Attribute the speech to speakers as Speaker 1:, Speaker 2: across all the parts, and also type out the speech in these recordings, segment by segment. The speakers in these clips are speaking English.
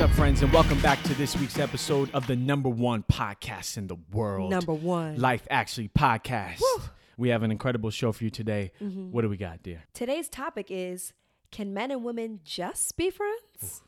Speaker 1: up, friends, and welcome back to this week's episode of the number one podcast in the world.
Speaker 2: Number one.
Speaker 1: Life Actually Podcast. We have an incredible show for you today.
Speaker 2: Mm-hmm.
Speaker 1: What do we got, dear?
Speaker 2: Today's topic is Can men and women just be friends?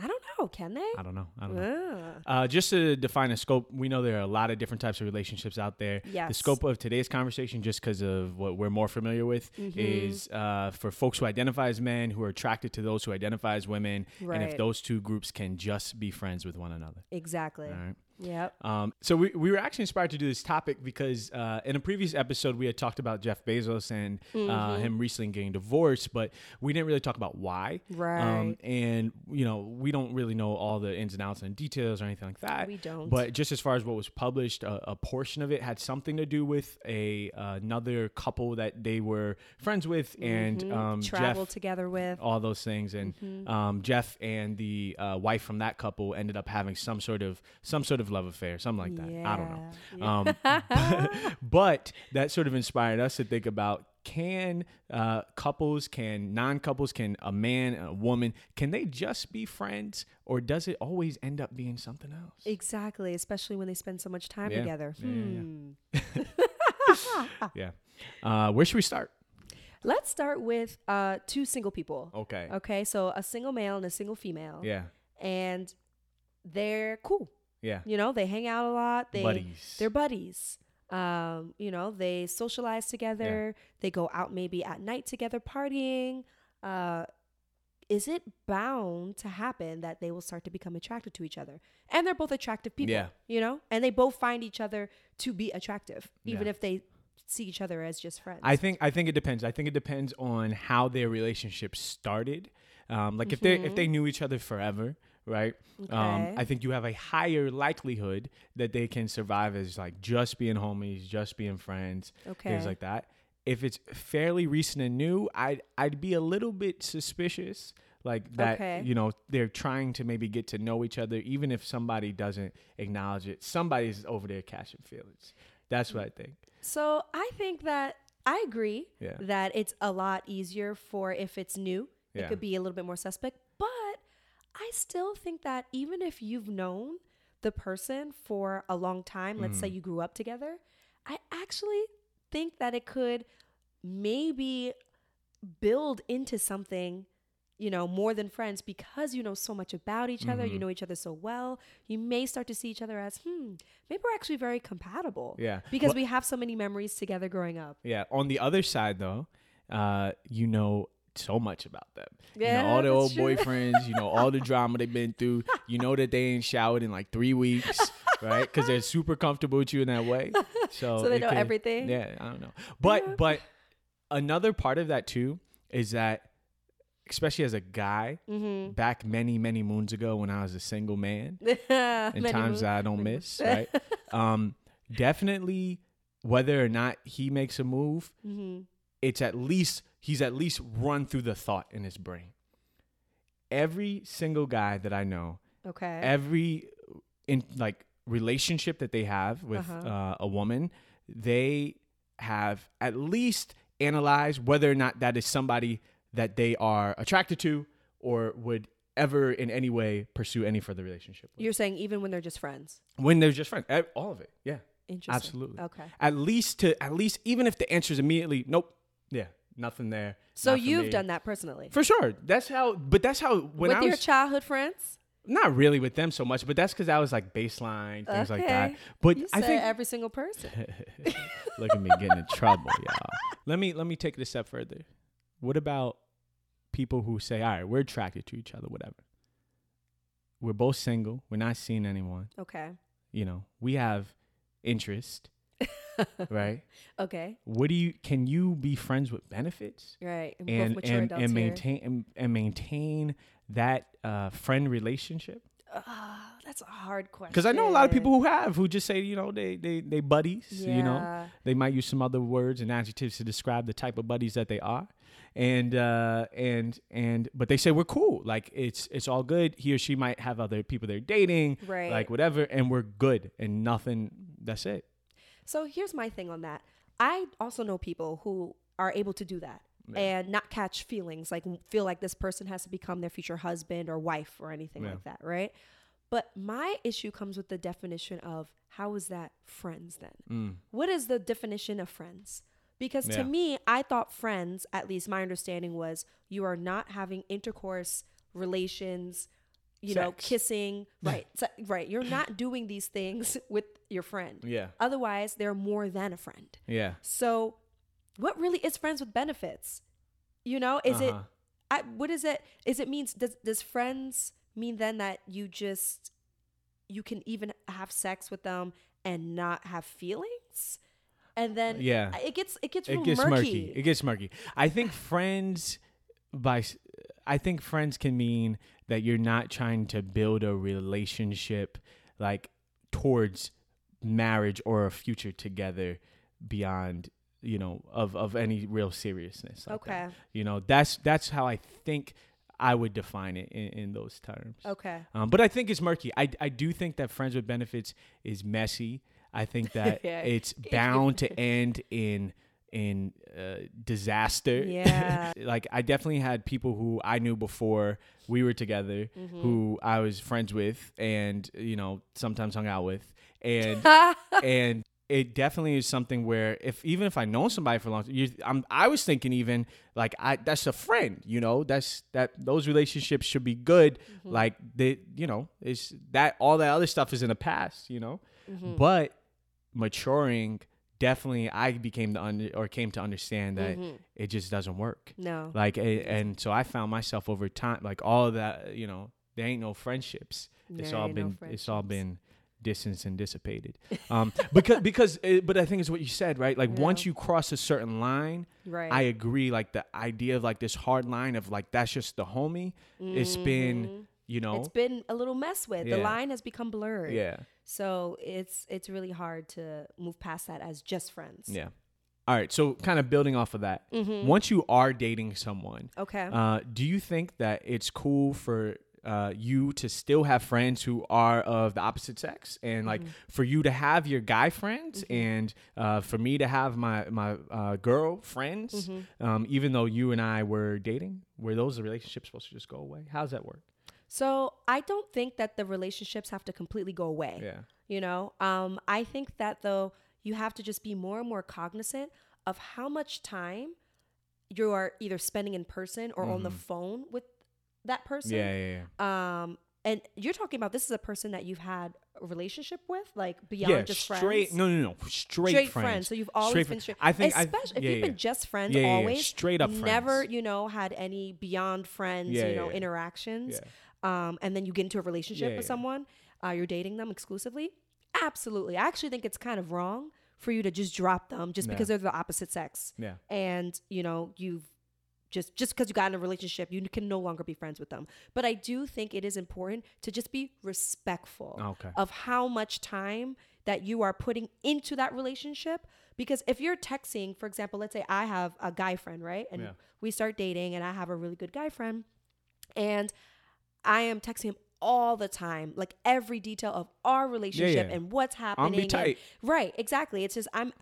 Speaker 2: I don't know. Can they?
Speaker 1: I don't know. I don't know.
Speaker 2: Ah.
Speaker 1: Uh, just to define a scope, we know there are a lot of different types of relationships out there. The
Speaker 2: Yes.
Speaker 1: scope of today's conversation, just because of what we're more familiar with,
Speaker 2: Mm-hmm.
Speaker 1: is uh, for folks who identify as men who are attracted to those who identify as women, and if
Speaker 2: Right.
Speaker 1: those two groups can just be friends with one another.
Speaker 2: Exactly.
Speaker 1: All right.
Speaker 2: Yep.
Speaker 1: Um, so we, we were actually inspired to do this topic because uh, in a previous episode we had talked about Jeff Bezos and uh,
Speaker 2: Mm-hmm.
Speaker 1: him recently getting divorced, but we didn't really talk about why. Um,
Speaker 2: Right.
Speaker 1: and you know we don't really know all the ins and outs and details or anything like that.
Speaker 2: We don't.
Speaker 1: But just as far as what was published, a, a portion of it had something to do with a another couple that they were friends with, and um,
Speaker 2: Mm-hmm. Travel
Speaker 1: Jeff
Speaker 2: together with.
Speaker 1: all those things and um, jeff and the uh, wife from that couple ended up having some sort of some sort of love affair something like that i don't know um, but that sort of inspired us to think about can uh, couples can non-couples can a man a woman can they just be friends or does it always end up being something else
Speaker 2: Exactly. Especially when they spend so much time
Speaker 1: Yeah.
Speaker 2: together.
Speaker 1: Yeah, yeah, yeah.
Speaker 2: Hmm.
Speaker 1: yeah uh, where should we start
Speaker 2: Let's start with uh, two single people.
Speaker 1: okay
Speaker 2: Okay. So a single male and a single female.
Speaker 1: yeah
Speaker 2: And they're cool.
Speaker 1: yeah
Speaker 2: You know, they hang out a lot. They
Speaker 1: buddies
Speaker 2: They're buddies. Um, you know, they socialize together. They go out maybe at night together partying. Uh, is it bound to happen that they will start to become attracted to each other? And they're both attractive people,
Speaker 1: Yeah.
Speaker 2: you know? And they both find each other to be attractive, even
Speaker 1: Yeah.
Speaker 2: if they see each other as just friends.
Speaker 1: I think I think it depends. I think it depends on how their relationship started. Um, like if they if they knew each other forever, right? Um,
Speaker 2: Mm-hmm. Okay.
Speaker 1: I think you have a higher likelihood that they can survive as like just being homies, just being friends, things
Speaker 2: Okay.
Speaker 1: like that. If it's fairly recent and new, I'd I'd be a little bit suspicious, like that.
Speaker 2: Okay.
Speaker 1: You know, they're trying to maybe get to know each other, even if somebody doesn't acknowledge it. Somebody's over there catching feelings. That's what I think.
Speaker 2: So I think that I agree
Speaker 1: Yeah.
Speaker 2: that it's a lot easier for if it's new,
Speaker 1: Yeah.
Speaker 2: it could be a little bit more suspect. But I still think that even if you've known the person for a long time, let's say
Speaker 1: Mm.
Speaker 2: you grew up together, I actually think that it could maybe build into something you know more than friends because you know so much about each other
Speaker 1: Mm-hmm.
Speaker 2: you know each other so well you may start to see each other as hmm maybe we're actually very compatible
Speaker 1: Yeah.
Speaker 2: because
Speaker 1: Well-
Speaker 2: we have so many memories together growing up
Speaker 1: Yeah. On the other side, though, uh, you know so much about them. you
Speaker 2: Yeah,
Speaker 1: know all their
Speaker 2: that's
Speaker 1: old
Speaker 2: true.
Speaker 1: boyfriends. You know all the drama they've been through. You know that they ain't showered in like three weeks, right? Because they're super comfortable with you in that way. So,
Speaker 2: So they
Speaker 1: it
Speaker 2: know everything? Uh-huh.
Speaker 1: Yeah, I don't know. But
Speaker 2: Yeah.
Speaker 1: but another part of that too is that especially as a guy
Speaker 2: mm-hmm.
Speaker 1: back many many moons ago when I was a single man and times that I don't miss, right? Um, definitely, whether or not he makes a move,
Speaker 2: mm-hmm.
Speaker 1: it's at least he's at least run through the thought in his brain. Every single guy that I know,
Speaker 2: okay
Speaker 1: every in like relationship that they have with
Speaker 2: Uh-huh.
Speaker 1: uh, a woman, they have at least analyzed whether or not that is somebody that they are attracted to or would ever in any way pursue any further relationship with.
Speaker 2: you're saying even when they're just friends
Speaker 1: when they're just friends, Eh, all of it, yeah.
Speaker 2: interesting
Speaker 1: Absolutely.
Speaker 2: okay
Speaker 1: At least to at least even if the answer is immediately nope, yeah, nothing there.
Speaker 2: so
Speaker 1: not for
Speaker 2: you've
Speaker 1: me.
Speaker 2: done that personally
Speaker 1: for sure. That's how. But that's how when
Speaker 2: with
Speaker 1: I
Speaker 2: your
Speaker 1: was
Speaker 2: childhood friends
Speaker 1: not really with them so much, but that's because I was like baseline things like that.
Speaker 2: Okay.
Speaker 1: But
Speaker 2: you
Speaker 1: I
Speaker 2: said
Speaker 1: think
Speaker 2: every single person
Speaker 1: look at me getting in trouble, y'all. Let me let me take it a step further. What about people who say, all right, we're attracted to each other, whatever. We're both single. We're not seeing anyone.
Speaker 2: okay
Speaker 1: You know, we have interest, right?
Speaker 2: okay
Speaker 1: what do you can you be friends with benefits
Speaker 2: right both
Speaker 1: and
Speaker 2: mature
Speaker 1: and,
Speaker 2: adults
Speaker 1: and
Speaker 2: here.
Speaker 1: maintain and, and maintain that uh, friend relationship
Speaker 2: Ah, that's a hard question.
Speaker 1: because i know a lot of people who have who just say you know they they they buddies you know
Speaker 2: Yeah.
Speaker 1: they might use some other words and adjectives to describe the type of buddies that they are and uh and and but they say we're cool like it's it's all good he or she might have other people they're dating
Speaker 2: Right.
Speaker 1: like whatever and we're good and nothing that's it
Speaker 2: So here's my thing on that. I also know people who are able to do that and not catch feelings like feel like this person has to become their future husband or wife or anything
Speaker 1: Yeah.
Speaker 2: like that, right? But my issue comes with the definition of how is that friends then?
Speaker 1: Mm.
Speaker 2: What is the definition of friends? Because
Speaker 1: Yeah.
Speaker 2: to me, I thought friends, at least my understanding was you are not having intercourse, relations, you know,
Speaker 1: Sex.
Speaker 2: kissing, right? se- right. You're not doing these things with your friend.
Speaker 1: Yeah.
Speaker 2: Otherwise, they're more than a friend.
Speaker 1: Yeah.
Speaker 2: So, what really is friends with benefits? You know, is it
Speaker 1: Uh-huh.
Speaker 2: I, what is it? Is it means does does friends mean then that you just you can even have sex with them and not have feelings? And then
Speaker 1: Uh, Yeah.
Speaker 2: it gets it gets real
Speaker 1: it gets murky.
Speaker 2: murky.
Speaker 1: It gets murky. I think friends by s- I think friends can mean that you're not trying to build a relationship like towards marriage or a future together beyond you know of of any real seriousness like that.
Speaker 2: Okay.
Speaker 1: you know that's that's how i think i would define it in, in those terms
Speaker 2: okay.
Speaker 1: um, but I think it's murky. I, I do think that Friends with Benefits is messy. I think that
Speaker 2: Yeah.
Speaker 1: it's bound to end in in uh, disaster.
Speaker 2: Yeah.
Speaker 1: like I definitely had people who I knew before we were together, who
Speaker 2: Mm-hmm.
Speaker 1: I was friends with, and you know sometimes hung out with, and
Speaker 2: Mm-hmm.
Speaker 1: and it definitely is something where if even if I know somebody for a long time, you, I'm I was thinking even like I that's a friend, you know, that's that those relationships should be good. Like they, you know, it's that all that other stuff is in the past, you know,
Speaker 2: Mm.
Speaker 1: but maturing definitely I became the under or came to understand
Speaker 2: Mm-hmm.
Speaker 1: that it just doesn't work.
Speaker 2: No.
Speaker 1: Like a- and so I found myself over time like all that, you know, there ain't no friendships. It's
Speaker 2: There
Speaker 1: all
Speaker 2: ain't no
Speaker 1: been it's all
Speaker 2: friendships.
Speaker 1: been distanced and dissipated. Um because because uh but I think it's what you said, right? Like once you cross a certain line,
Speaker 2: Right.
Speaker 1: I agree like the idea of like this hard line of like that's just the homie. It's been, you know,
Speaker 2: Mm-hmm. it's been a little mess with. The
Speaker 1: Yeah.
Speaker 2: line has become blurred.
Speaker 1: yeah.
Speaker 2: So it's it's really hard to move past that as just friends.
Speaker 1: Yeah. All right, so kind of building off of that.
Speaker 2: Mm-hmm.
Speaker 1: Once you are dating someone,
Speaker 2: Okay.
Speaker 1: Uh, do you think that it's cool for uh, you to still have friends who are of the opposite sex, and like
Speaker 2: Mm-hmm.
Speaker 1: for you to have your guy friends, and uh, for me to have my my uh, girl friends,
Speaker 2: Mm-hmm.
Speaker 1: um, even though you and I were dating? Were those relationships supposed to just go away? How does that work?
Speaker 2: so I don't think that the relationships have to completely go away.
Speaker 1: Yeah,
Speaker 2: you know um, i think that though you have to just be more and more cognizant of how much time you are either spending in person or on the phone with that person
Speaker 1: Mm-hmm. yeah, yeah, yeah.
Speaker 2: um, and you're talking about this is a person that you've had a relationship with like beyond
Speaker 1: yeah,
Speaker 2: just
Speaker 1: straight.
Speaker 2: friends
Speaker 1: No, no, no. Straight,
Speaker 2: Straight
Speaker 1: friends.
Speaker 2: friends. So you've always
Speaker 1: Straight
Speaker 2: been
Speaker 1: fri-
Speaker 2: straight.
Speaker 1: I think, I-
Speaker 2: especially if
Speaker 1: yeah,
Speaker 2: you've
Speaker 1: yeah.
Speaker 2: been just friends
Speaker 1: Yeah, yeah, yeah.
Speaker 2: always,
Speaker 1: Straight up
Speaker 2: Never,
Speaker 1: friends.
Speaker 2: you know, had any beyond friends,
Speaker 1: Yeah,
Speaker 2: you
Speaker 1: yeah,
Speaker 2: know,
Speaker 1: yeah.
Speaker 2: interactions. Um, and then you get into a relationship
Speaker 1: Yeah,
Speaker 2: with
Speaker 1: yeah.
Speaker 2: someone, uh, you're dating them exclusively. Absolutely, I actually think it's kind of wrong for you to just drop them just
Speaker 1: No.
Speaker 2: because they're the opposite sex,
Speaker 1: Yeah.
Speaker 2: and you know you've just just because you got in a relationship, you can no longer be friends with them. But I do think it is important to just be respectful
Speaker 1: Okay.
Speaker 2: of how much time that you are putting into that relationship. Because if you're texting, for example, let's say I have a guy friend, right? And
Speaker 1: Yeah.
Speaker 2: we start dating, and I have a really good guy friend, and I am texting him all the time, like every detail of our relationship
Speaker 1: yeah.
Speaker 2: and what's happening. and-
Speaker 1: tight.
Speaker 2: right, exactly. It's just I'm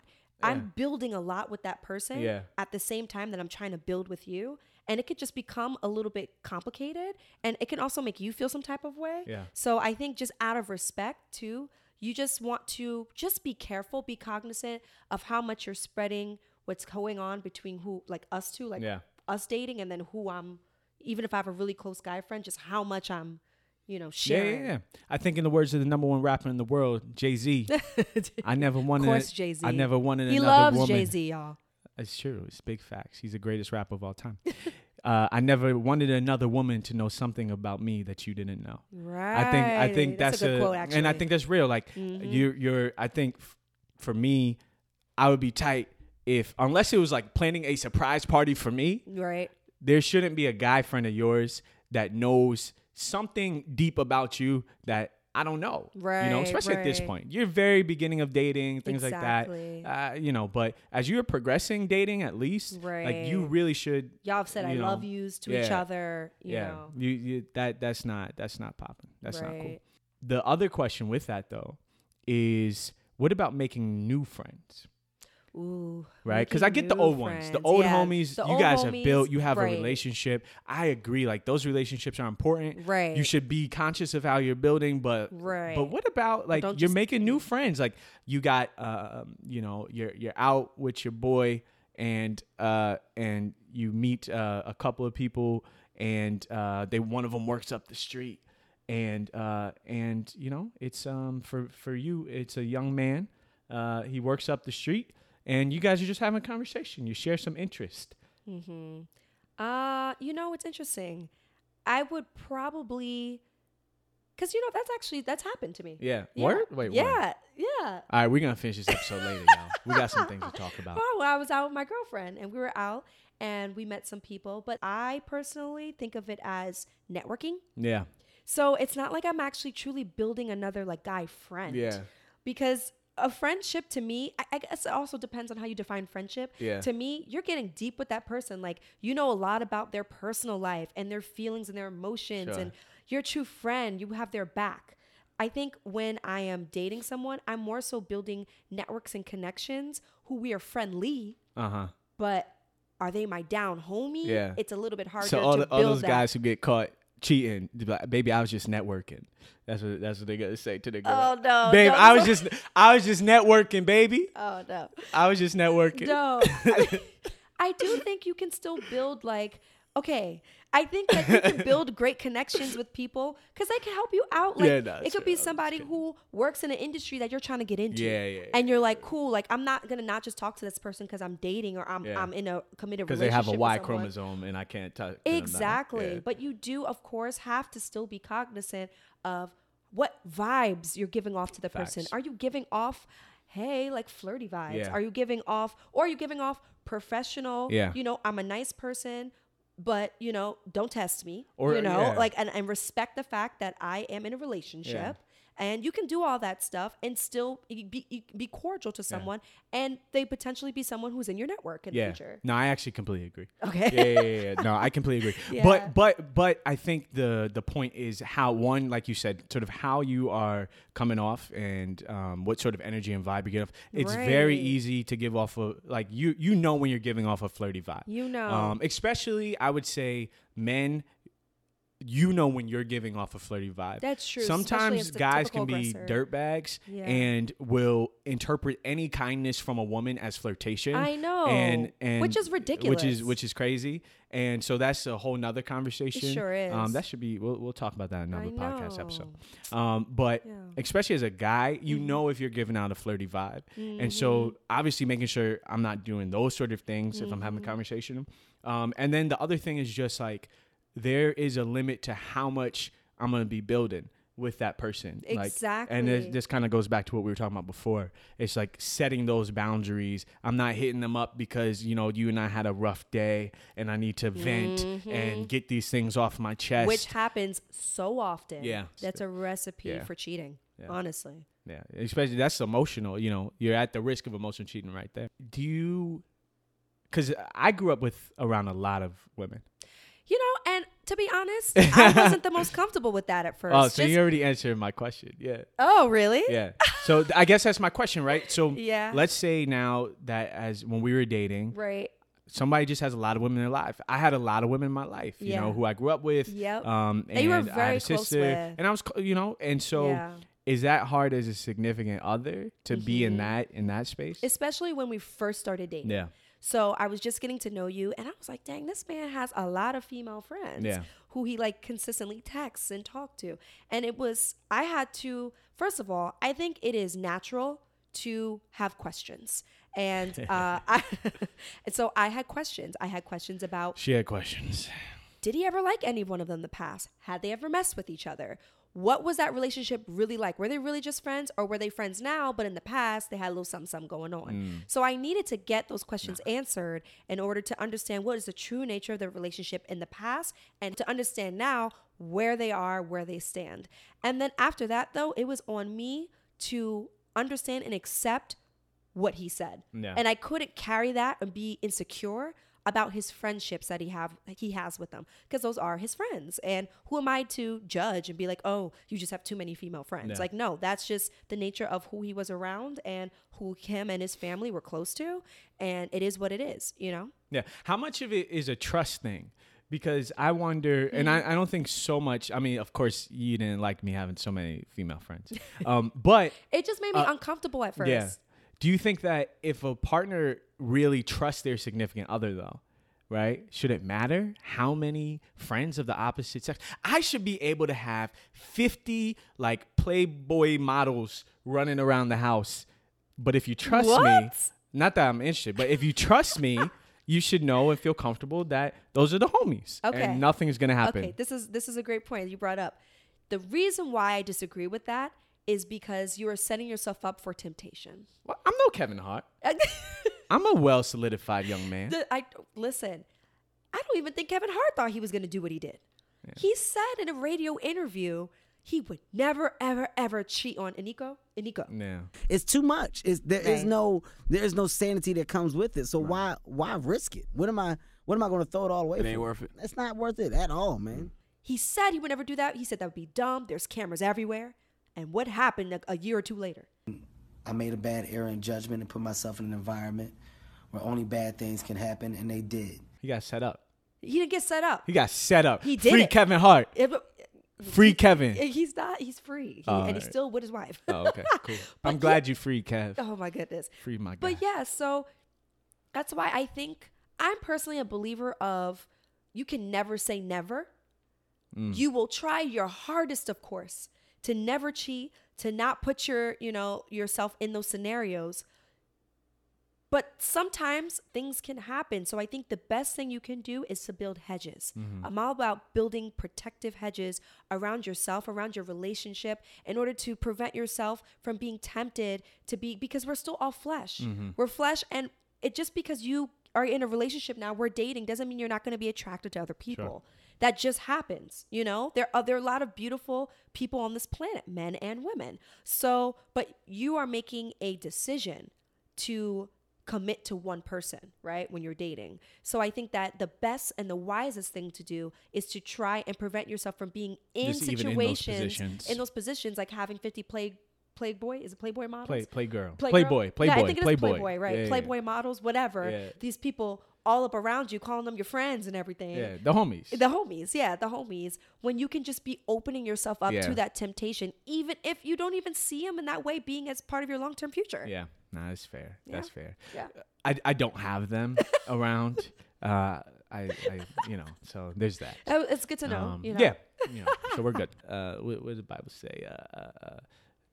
Speaker 2: I'm building a lot with that person
Speaker 1: Yeah.
Speaker 2: at the same time that I'm trying to build with you. And it could just become a little bit complicated and it can also make you feel some type of way.
Speaker 1: Yeah.
Speaker 2: So I think just out of respect too, you just want to just be careful, be cognizant of how much you're spreading what's going on between who like us two, like
Speaker 1: Yeah.
Speaker 2: us dating and then who I'm even if I have a really close guy friend, just how much I'm, you know,
Speaker 1: Yeah,
Speaker 2: sharing.
Speaker 1: yeah, yeah. I think in the words of the number one rapper in the world, Jay Z. I never wanted.
Speaker 2: Of course, Jay Z.
Speaker 1: I never wanted
Speaker 2: He
Speaker 1: another
Speaker 2: loves
Speaker 1: woman.
Speaker 2: Jay Z, y'all.
Speaker 1: It's true. It's big facts. He's the greatest rapper of all time. uh, I never wanted another woman to know something about me that you didn't know.
Speaker 2: Right.
Speaker 1: I think. I think that's,
Speaker 2: a good quote. Actually, Mm-hmm.
Speaker 1: and I think that's real. Like you're, you're. I think f- for me, I would be tight if unless it was like planning a surprise party for me.
Speaker 2: right.
Speaker 1: There shouldn't be a guy friend of yours that knows something deep about you that. I don't know. You know,
Speaker 2: Right,
Speaker 1: especially at this
Speaker 2: right.
Speaker 1: point. You're very beginning of dating, things
Speaker 2: Exactly.
Speaker 1: like that. Uh, you know, but as you're progressing dating at least, like you
Speaker 2: Right.
Speaker 1: really should
Speaker 2: Y'all have said I
Speaker 1: you know,
Speaker 2: love yous to each
Speaker 1: yeah.
Speaker 2: other. You
Speaker 1: yeah,
Speaker 2: know.
Speaker 1: you, you that that's not that's not popping. That's not cool.
Speaker 2: Right.
Speaker 1: The other question with that though is, what about making new friends?
Speaker 2: Ooh,
Speaker 1: right? Because I
Speaker 2: making
Speaker 1: get the
Speaker 2: new
Speaker 1: old ones, the
Speaker 2: friends.
Speaker 1: old
Speaker 2: Yeah,
Speaker 1: homies.
Speaker 2: the
Speaker 1: you
Speaker 2: old
Speaker 1: guys have built.
Speaker 2: homies,
Speaker 1: You have
Speaker 2: right,
Speaker 1: a relationship. I agree. Like those relationships are important.
Speaker 2: Right.
Speaker 1: You should be conscious of how you're building, but
Speaker 2: Right.
Speaker 1: But what about like
Speaker 2: don't
Speaker 1: you're
Speaker 2: just-
Speaker 1: making new friends? Like you got, um, you know, you're you're out with your boy, and uh, and you meet uh, a couple of people, and uh, they one of them works up the street. And uh, and you know it's um for for you it's a young man, uh, he works up the street, and you guys are just having a conversation. You share some interest.
Speaker 2: Mm-hmm. Uh, you know, it's interesting. I would probably, because you know, that's actually that's happened to me.
Speaker 1: Yeah.
Speaker 2: Yeah.
Speaker 1: Word? Wait,
Speaker 2: Yeah,
Speaker 1: word.
Speaker 2: yeah.
Speaker 1: All right, we're gonna finish this episode later, y'all. We got some things to talk about.
Speaker 2: Oh, well, I was out with my girlfriend and we were out and we met some people, but I personally think of it as networking.
Speaker 1: Yeah.
Speaker 2: So it's not like I'm actually truly building another like guy friend.
Speaker 1: Yeah.
Speaker 2: Because a friendship to me, I, I guess it also depends on how you define friendship.
Speaker 1: Yeah.
Speaker 2: To me, you're getting deep with that person. Like you know a lot about their personal life and their feelings and their emotions,
Speaker 1: Sure.
Speaker 2: and you're a true friend. You have their back. I think when I am dating someone, I'm more so building networks and connections who we are friendly,
Speaker 1: Uh huh.
Speaker 2: but are they my down homie?
Speaker 1: Yeah.
Speaker 2: It's a little bit harder
Speaker 1: So all,
Speaker 2: to
Speaker 1: the,
Speaker 2: build
Speaker 1: all those
Speaker 2: that.
Speaker 1: guys who get caught cheating, they be like, baby, I was just networking. That's what that's what they gotta say to the girl.
Speaker 2: Oh, no,
Speaker 1: babe,
Speaker 2: no.
Speaker 1: I was just I was just networking, baby.
Speaker 2: Oh no.
Speaker 1: I was just networking.
Speaker 2: No, I do think you can still build like okay. I think that you can build great connections with people because they can help you out. Like
Speaker 1: Yeah, no,
Speaker 2: it
Speaker 1: it's
Speaker 2: could
Speaker 1: fair.
Speaker 2: be
Speaker 1: I'm just
Speaker 2: somebody who works in an industry that you're trying to get into.
Speaker 1: Yeah, yeah, yeah,
Speaker 2: And you're like, cool. Like I'm not gonna not just talk to this person because I'm dating or I'm
Speaker 1: Yeah.
Speaker 2: I'm in a committed
Speaker 1: Because
Speaker 2: relationship.
Speaker 1: they have a
Speaker 2: with
Speaker 1: Y
Speaker 2: someone.
Speaker 1: chromosome and I can't touch.
Speaker 2: Exactly. But you do, of course, have to still be cognizant of what vibes you're giving off to the person.
Speaker 1: Facts.
Speaker 2: Are you giving off, hey, like flirty vibes?
Speaker 1: Yeah.
Speaker 2: Are you giving off, or are you giving off professional?
Speaker 1: Yeah.
Speaker 2: You know, I'm a nice person, but, you know, don't test me.
Speaker 1: Or-
Speaker 2: you know,
Speaker 1: yeah.
Speaker 2: like, and, and respect the fact that I am in a relationship. And you can do all that stuff and still be, be cordial to someone, and they potentially be someone who's in your network in
Speaker 1: yeah.
Speaker 2: the future.
Speaker 1: No, I actually completely agree.
Speaker 2: Okay.
Speaker 1: yeah, yeah, yeah, yeah. No, I completely agree.
Speaker 2: Yeah.
Speaker 1: But but but I think the the point is how one, like you said, sort of how you are coming off and um, what sort of energy and vibe you get off. It's very
Speaker 2: Right.
Speaker 1: easy to give off a like you you know when you're giving off a flirty vibe.
Speaker 2: You know.
Speaker 1: Um, especially I would say men. You know when you're giving off a flirty vibe.
Speaker 2: That's true, especially if
Speaker 1: Sometimes
Speaker 2: it's a
Speaker 1: guys
Speaker 2: typical
Speaker 1: can be
Speaker 2: aggressor.
Speaker 1: dirtbags
Speaker 2: Yeah.
Speaker 1: and will interpret any kindness from a woman as flirtation.
Speaker 2: I know.
Speaker 1: and and
Speaker 2: Which is ridiculous.
Speaker 1: Which is which is crazy, and so that's a whole nother conversation.
Speaker 2: sure is.
Speaker 1: Um, that should be we'll, we'll talk about that in another
Speaker 2: I
Speaker 1: podcast episode.
Speaker 2: know. Mm-hmm.
Speaker 1: Um, but
Speaker 2: Yeah.
Speaker 1: especially as a guy, you know if you're giving out a flirty vibe,
Speaker 2: Mm-hmm.
Speaker 1: and so obviously making sure I'm not doing those sort of things if I'm having a
Speaker 2: Mm-hmm.
Speaker 1: conversation. Um, and then the other thing is just like there is a limit to how much I'm gonna be building with that person. Like, and
Speaker 2: Exactly.
Speaker 1: there's, this kind of goes back to what we were talking about before. It's like setting those boundaries. I'm not hitting them up because, you know, you and I had a rough day and I need to vent and get these things off my chest.
Speaker 2: Mm-hmm. which happens so often.
Speaker 1: Yeah.
Speaker 2: that's a recipe
Speaker 1: Yeah.
Speaker 2: for cheating. Honestly,
Speaker 1: yeah, especially that's emotional, you know. You're at the risk of emotional cheating right there. Do you cuz I grew up with around a lot of women.
Speaker 2: you know. And to be honest, I wasn't the most comfortable with that at first.
Speaker 1: Oh, so
Speaker 2: Just-
Speaker 1: you already answered my question. Yeah.
Speaker 2: oh, really?
Speaker 1: Yeah. So th- I guess that's my question, right? So
Speaker 2: Yeah.
Speaker 1: let's say now that as when we were dating,
Speaker 2: Right.
Speaker 1: somebody just has a lot of women in their life. I had a lot of women in my life, you
Speaker 2: Yeah.
Speaker 1: know, who I grew up with.
Speaker 2: Yep.
Speaker 1: Um, and
Speaker 2: That you were
Speaker 1: I had
Speaker 2: very
Speaker 1: a
Speaker 2: close
Speaker 1: sister,
Speaker 2: with.
Speaker 1: and I was, cl- you know, and so
Speaker 2: Yeah.
Speaker 1: is that hard as a significant other to be
Speaker 2: Mm-hmm.
Speaker 1: in that in that space?
Speaker 2: Especially when we first started dating.
Speaker 1: yeah,
Speaker 2: So I was just getting to know you, and I was like, dang, this man has a lot of female friends
Speaker 1: Yeah.
Speaker 2: who he like consistently texts and talk to. And it was, I had to, first of all, I think it is natural to have questions. And, uh, I, and so I had questions. I had questions about
Speaker 1: she had questions.
Speaker 2: did he ever like any one of them in the past? Had they ever messed with each other? What was that relationship really like? Were they really just friends or were they friends now, but in the past they had a little something, something going on? So I needed to get those questions answered in order to understand what is the true nature of the relationship in the past and to understand now where they are, where they stand. And then after that, though, it was on me to understand and accept what he said.
Speaker 1: Yeah.
Speaker 2: And I couldn't carry that and be insecure. about his friendships that he have he has with them because those are his friends. And who am I to judge and be like, oh, you just have too many female friends?
Speaker 1: Yeah.
Speaker 2: Like, no, that's just the nature of who he was around and who him and his family were close to, and it is what it is, you know.
Speaker 1: Yeah. How much of it is a trust thing? Because I wonder, and
Speaker 2: Mm-hmm.
Speaker 1: I, I don't think so much. I mean, of course, you didn't like me having so many female friends. Um, but
Speaker 2: It just made me uncomfortable at first.
Speaker 1: Uh, yeah. Do you think that if a partner really trusts their significant other, though, right, should it matter how many friends of the opposite sex? I should be able to have 50 like Playboy models running around the house. But if you trust me,
Speaker 2: What?
Speaker 1: not that I'm interested, but if you trust me, you should know and feel comfortable that those are the homies.
Speaker 2: Okay.
Speaker 1: And nothing's going to happen.
Speaker 2: Okay, this is this is a great point you brought up. The reason why I disagree with that is because you are setting yourself up for temptation.
Speaker 1: Well, I'm no Kevin Hart. I'm a well solidified young man.
Speaker 2: The- I listen. I don't even think Kevin Hart thought he was going to do what he did. He said in a radio interview he would never, ever, ever cheat on Eniko. Eniko.
Speaker 1: yeah.
Speaker 3: It's too much. It's there is
Speaker 2: Right.
Speaker 3: no there is no sanity that comes with it. So why why risk it? What am I what am I going to throw it all away? It
Speaker 4: ain't worth it.
Speaker 3: It's not worth it at all, man.
Speaker 2: He said he would never do that. He said that would be dumb. There's cameras everywhere. And what happened a, a year or two later?
Speaker 3: I made a bad error in judgment and put myself in an environment where only bad things can happen, and they did.
Speaker 1: He got set up.
Speaker 2: He didn't get set up.
Speaker 1: He got set up.
Speaker 2: He did
Speaker 1: Free
Speaker 2: it.
Speaker 1: Kevin Hart.
Speaker 2: It-
Speaker 1: Free Kevin.
Speaker 2: he's not. He's free, He- and he's
Speaker 1: right.
Speaker 2: still with his wife.
Speaker 1: Oh, okay, cool.
Speaker 2: But
Speaker 1: I'm
Speaker 2: yeah-
Speaker 1: glad you freed Kev.
Speaker 2: Oh my goodness.
Speaker 1: Free my guy.
Speaker 2: But yeah, so that's why I think I'm personally a believer of you can never say never. You will try your hardest, of course, to never cheat, to not put your, you know, yourself in those scenarios. But sometimes things can happen. So I think the best thing you can do is to build hedges. I'm all about building protective hedges around yourself, around your relationship, in order to prevent yourself from being tempted to be, because we're still all flesh. We're flesh. And it just because you are in a relationship now, we're dating, doesn't mean you're not going to be attracted to other people. That just happens, you know. There are there are a lot of beautiful people on this planet, men and women. So, but you are making a decision to commit to one person, right? When you're dating. So I think that the best and the wisest thing to do is to try and prevent yourself from being in
Speaker 1: Just even in those
Speaker 2: situations in those,
Speaker 1: positions.
Speaker 2: positions like having 50 play Playboy is it Playboy models?
Speaker 1: Play- Playgirl.
Speaker 2: Playgirl?
Speaker 1: Playboy,
Speaker 2: Yeah, I
Speaker 1: Playboy,
Speaker 2: think it is
Speaker 1: Playboy.
Speaker 2: Playboy, right?
Speaker 1: Yeah, yeah,
Speaker 2: Playboy
Speaker 1: yeah.
Speaker 2: models, whatever.
Speaker 1: Yeah.
Speaker 2: These people all up around you calling them your friends and everything.
Speaker 1: yeah, the homies.
Speaker 2: The homies, yeah, the homies. When you can just be opening yourself up
Speaker 1: Yeah.
Speaker 2: to that temptation, even if you don't even see them in that way being as part of your long term future.
Speaker 1: yeah, nah, that's fair. That's fair.
Speaker 2: Yeah.
Speaker 1: I, I don't have them around. Uh, I, I you know so there's that.
Speaker 2: Oh, It's good to know.
Speaker 1: Um,
Speaker 2: you know?
Speaker 1: Yeah, you know, so we're good. Uh, what, what does the Bible say? Uh, uh, uh,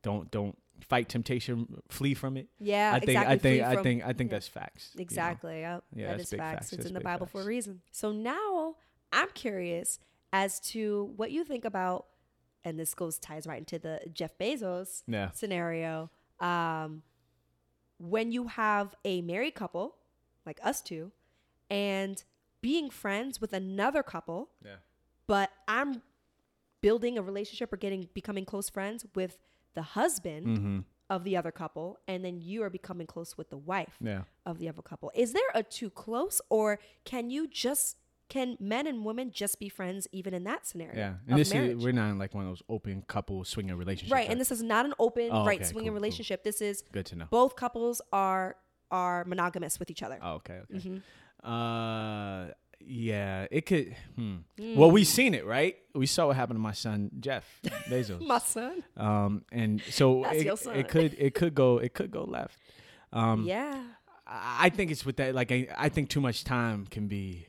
Speaker 1: don't don't fight temptation, flee from it.
Speaker 2: Yeah,
Speaker 1: I think
Speaker 2: exactly,
Speaker 1: I think
Speaker 2: flee
Speaker 1: I
Speaker 2: from-
Speaker 1: think I think that's facts. you know?
Speaker 2: Exactly. Yep.
Speaker 1: Yeah,
Speaker 2: that
Speaker 1: that's
Speaker 2: is
Speaker 1: big
Speaker 2: facts.
Speaker 1: facts.
Speaker 2: It's
Speaker 1: That's
Speaker 2: in the
Speaker 1: big
Speaker 2: Bible for a
Speaker 1: facts.
Speaker 2: reason. So now I'm curious as to what you think about, and this goes ties right into the Jeff Bezos
Speaker 1: Yeah.
Speaker 2: scenario. Um, when you have a married couple, like us two, and being friends with another couple,
Speaker 1: Yeah.
Speaker 2: but I'm building a relationship or getting becoming close friends with the husband
Speaker 1: Mm-hmm.
Speaker 2: of the other couple, and then you are becoming close with the wife
Speaker 1: Yeah.
Speaker 2: of the other couple. Is there a too close, or can you just can men and women just be friends even in that scenario?
Speaker 1: Yeah,
Speaker 2: of
Speaker 1: and this
Speaker 2: marriage?
Speaker 1: is we're not in like one of those open couple swinger relationships.
Speaker 2: right, and this is not an open
Speaker 1: Oh,
Speaker 2: right
Speaker 1: okay,
Speaker 2: swinging
Speaker 1: cool, cool.
Speaker 2: relationship. This is
Speaker 1: good to know.
Speaker 2: both couples are are monogamous with each other.
Speaker 1: Oh, okay, okay.
Speaker 2: Mm-hmm.
Speaker 1: Uh, yeah, it could. Hmm.
Speaker 2: Mm.
Speaker 1: Well, we seen it, right? We saw what happened to my son Jeff Bezos.
Speaker 2: My son,
Speaker 1: um, and so
Speaker 2: That's
Speaker 1: it,
Speaker 2: your son.
Speaker 1: it could it could go it could go left. Um,
Speaker 2: yeah,
Speaker 1: I I think it's with that. Like, I, I think too much time can be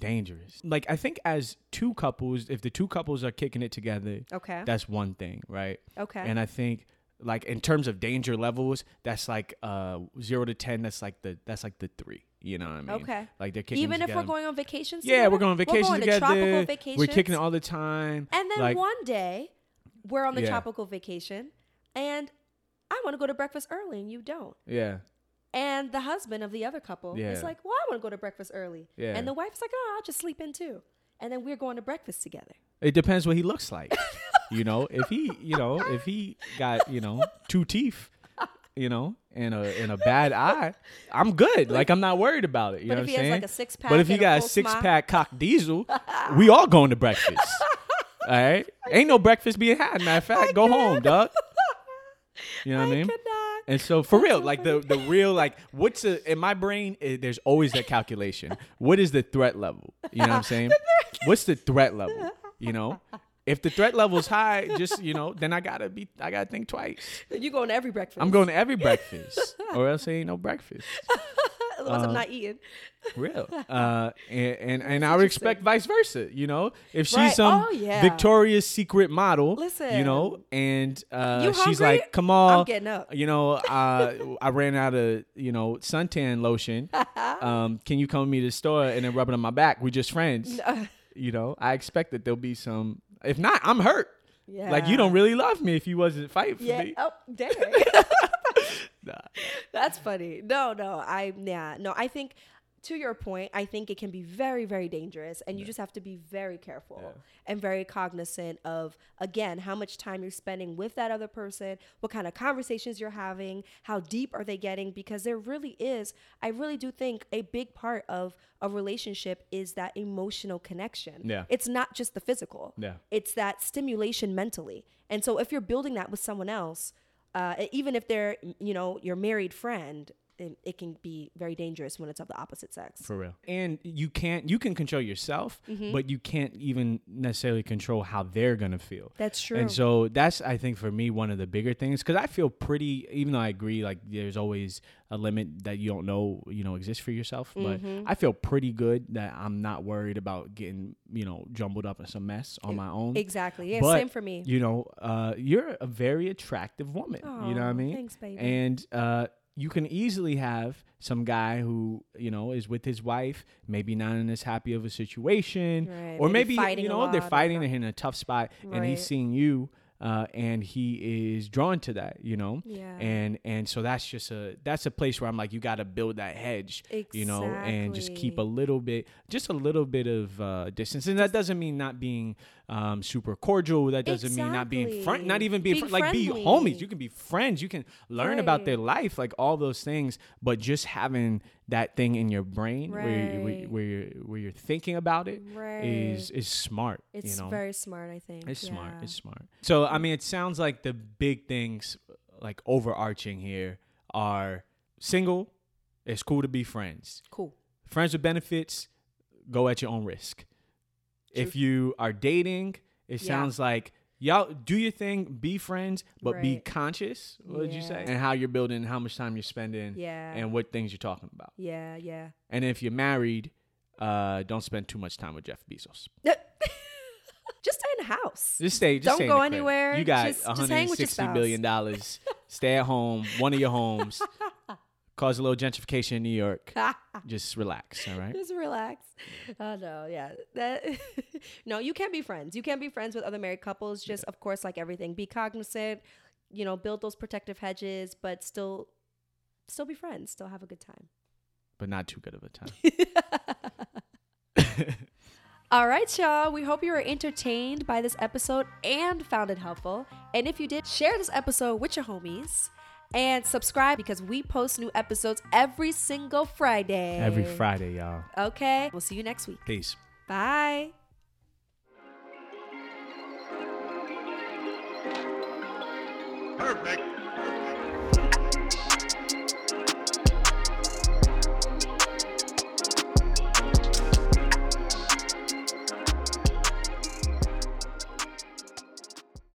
Speaker 1: dangerous. Like, I think as two couples, if the two couples are kicking it together,
Speaker 2: okay,
Speaker 1: that's one thing, right?
Speaker 2: okay,
Speaker 1: And I think like in terms of danger levels, that's like uh zero to ten. That's like the that's like the three. You know what I mean?
Speaker 2: Okay.
Speaker 1: Like they're kicking.
Speaker 2: even if we're
Speaker 1: together.
Speaker 2: going on vacations,
Speaker 1: Yeah, we're
Speaker 2: together?
Speaker 1: going on vacation
Speaker 2: we're going
Speaker 1: together.
Speaker 2: To tropical vacations.
Speaker 1: We're kicking it all the time.
Speaker 2: And then
Speaker 1: like,
Speaker 2: one day, we're on the
Speaker 1: Yeah.
Speaker 2: tropical vacation, and I want to go to breakfast early, and you don't.
Speaker 1: Yeah.
Speaker 2: And the husband of the other couple
Speaker 1: Yeah.
Speaker 2: is like, "Well, I want to go to breakfast early,"
Speaker 1: Yeah.
Speaker 2: and the wife's like, "Oh, I'll just sleep in too." And then we're going to breakfast together.
Speaker 1: It depends what he looks like. you know, if he, you know, if he got, you know, two teeth, you know, and a and a bad eye, I'm good. Like I'm not worried about it. You
Speaker 2: But
Speaker 1: know
Speaker 2: if
Speaker 1: what
Speaker 2: he
Speaker 1: I'm
Speaker 2: has,
Speaker 1: saying?
Speaker 2: like, a six-pack
Speaker 1: but if you
Speaker 2: and a
Speaker 1: got a
Speaker 2: full
Speaker 1: six
Speaker 2: smile.
Speaker 1: pack cock diesel, we all going to breakfast. all right, ain't no breakfast being had. Matter of fact, go home, dog. You know what I mean?
Speaker 2: cannot.
Speaker 1: And so for real, like the the real like what's a, in my brain? eh, there's always that calculation. what is the threat level? You know what I'm saying? what's the threat level? You know, if the threat level's high, just you know, then I gotta be I gotta think twice.
Speaker 2: You going to every breakfast.
Speaker 1: I'm going to every breakfast, or else ain't no breakfast.
Speaker 2: Otherwise,
Speaker 1: Uh,
Speaker 2: I'm not eating.
Speaker 1: Real, uh, and and, and I would expect vice versa. You know, if she's
Speaker 2: Right.
Speaker 1: some
Speaker 2: Oh, yeah.
Speaker 1: Victoria's Secret model, you
Speaker 2: Listen.
Speaker 1: know, and
Speaker 2: You
Speaker 1: uh, she's
Speaker 2: hungry?
Speaker 1: like, "Come on,
Speaker 2: getting up."
Speaker 1: You know, uh, I ran out of you know suntan lotion. um, can you come with me to the store and then rub it on my back? We just friends. You know, I expect that there'll be some. If not, I'm hurt. Like you
Speaker 2: Yeah.
Speaker 1: don't really love me if you wasn't fighting for
Speaker 2: Yeah.
Speaker 1: me.
Speaker 2: Oh, dang. That's funny. No, no. I yeah. No, I think to your point, I think it can be very, very dangerous, and you just have to be very careful and very cognizant of again how much time you're spending with that other person, what kind of conversations you're having, how deep are they getting? Because there really is, I really do think a big part of a relationship is that emotional connection.
Speaker 1: Yeah.
Speaker 2: it's not just the physical.
Speaker 1: Yeah.
Speaker 2: It's that stimulation mentally. And so if you're building that with someone else, uh, e- even if they're, you know, your married friend, it, it can be very dangerous when it's of the opposite sex.
Speaker 1: For real. And you can't you can control yourself,
Speaker 2: Mm-hmm.
Speaker 1: but you can't even necessarily control how they're gonna feel.
Speaker 2: That's true.
Speaker 1: And so that's I think for me one of the bigger things because I feel pretty even though I agree like there's always a limit that you don't know you know exists for yourself,
Speaker 2: Mm-hmm.
Speaker 1: but I feel pretty good that I'm not worried about getting you know jumbled up in some mess on my own.
Speaker 2: exactly. Yeah,
Speaker 1: But,
Speaker 2: same for me.
Speaker 1: You know, uh, you're a very attractive woman. you know what I
Speaker 2: Aw,
Speaker 1: mean?
Speaker 2: thanks, baby.
Speaker 1: And uh, you can easily have some guy who you know is with his wife, maybe not in as happy of a situation,
Speaker 2: Right,
Speaker 1: or
Speaker 2: maybe
Speaker 1: maybe,
Speaker 2: fighting
Speaker 1: you
Speaker 2: a
Speaker 1: know they're
Speaker 2: lot or
Speaker 1: fighting, they're in a tough spot, and
Speaker 2: Right.
Speaker 1: he's seeing you. Uh, and he is drawn to that, you know,
Speaker 2: Yeah.
Speaker 1: and and so that's just a that's a place where I'm like, you got to build that hedge, you know, and just keep a
Speaker 2: Exactly.
Speaker 1: little bit, just a little bit of uh, distance, and that doesn't mean not being um, super cordial. That doesn't mean not being friend, not
Speaker 2: Exactly.
Speaker 1: even being,
Speaker 2: Being
Speaker 1: fri- like be
Speaker 2: friendly.
Speaker 1: homies. You can be friends. You can learn about
Speaker 2: Right.
Speaker 1: their life, like all those things. But just having that thing in your brain where, you, where, you-
Speaker 2: Right.
Speaker 1: where you're where you're thinking about it is is smart.
Speaker 2: It's
Speaker 1: you know,
Speaker 2: very smart, I think.
Speaker 1: it's smart.
Speaker 2: Yeah.
Speaker 1: It's smart. So I mean, it sounds like the big things, like overarching here, are single. It's cool to be friends
Speaker 2: cool.
Speaker 1: friends with benefits go at your own risk if you are dating it
Speaker 2: Yeah.
Speaker 1: sounds like y'all do your thing be friends but be
Speaker 2: Right.
Speaker 1: conscious what would you say
Speaker 2: Yeah.
Speaker 1: and how you're building how much time you're spending
Speaker 2: Yeah.
Speaker 1: and what things you're talking about
Speaker 2: Yeah, yeah.
Speaker 1: and if you're married uh, don't spend too much time with jeff bezos
Speaker 2: just stay in the house.
Speaker 1: just stay just
Speaker 2: Don't
Speaker 1: stay in
Speaker 2: go
Speaker 1: the crib.
Speaker 2: anywhere.
Speaker 1: you got
Speaker 2: Just- just hang with your
Speaker 1: 160 billion dollars stay at home one of your homes cause a little gentrification in new york just relax all right
Speaker 2: Just relax. Oh no, yeah. That no, you can be friends. You can be friends with other married couples. Just of course, like everything, be cognizant. You know, build those protective hedges, but still, still be friends. Still have a good time.
Speaker 1: but not too good of a time
Speaker 2: All right, y'all. We hope you were entertained by this episode and found it helpful. And if you did, share this episode with your homies and subscribe because we post new episodes every single Friday.
Speaker 1: every friday y'all
Speaker 2: Okay. We'll see you next week.
Speaker 1: peace
Speaker 2: Bye.
Speaker 4: Perfect.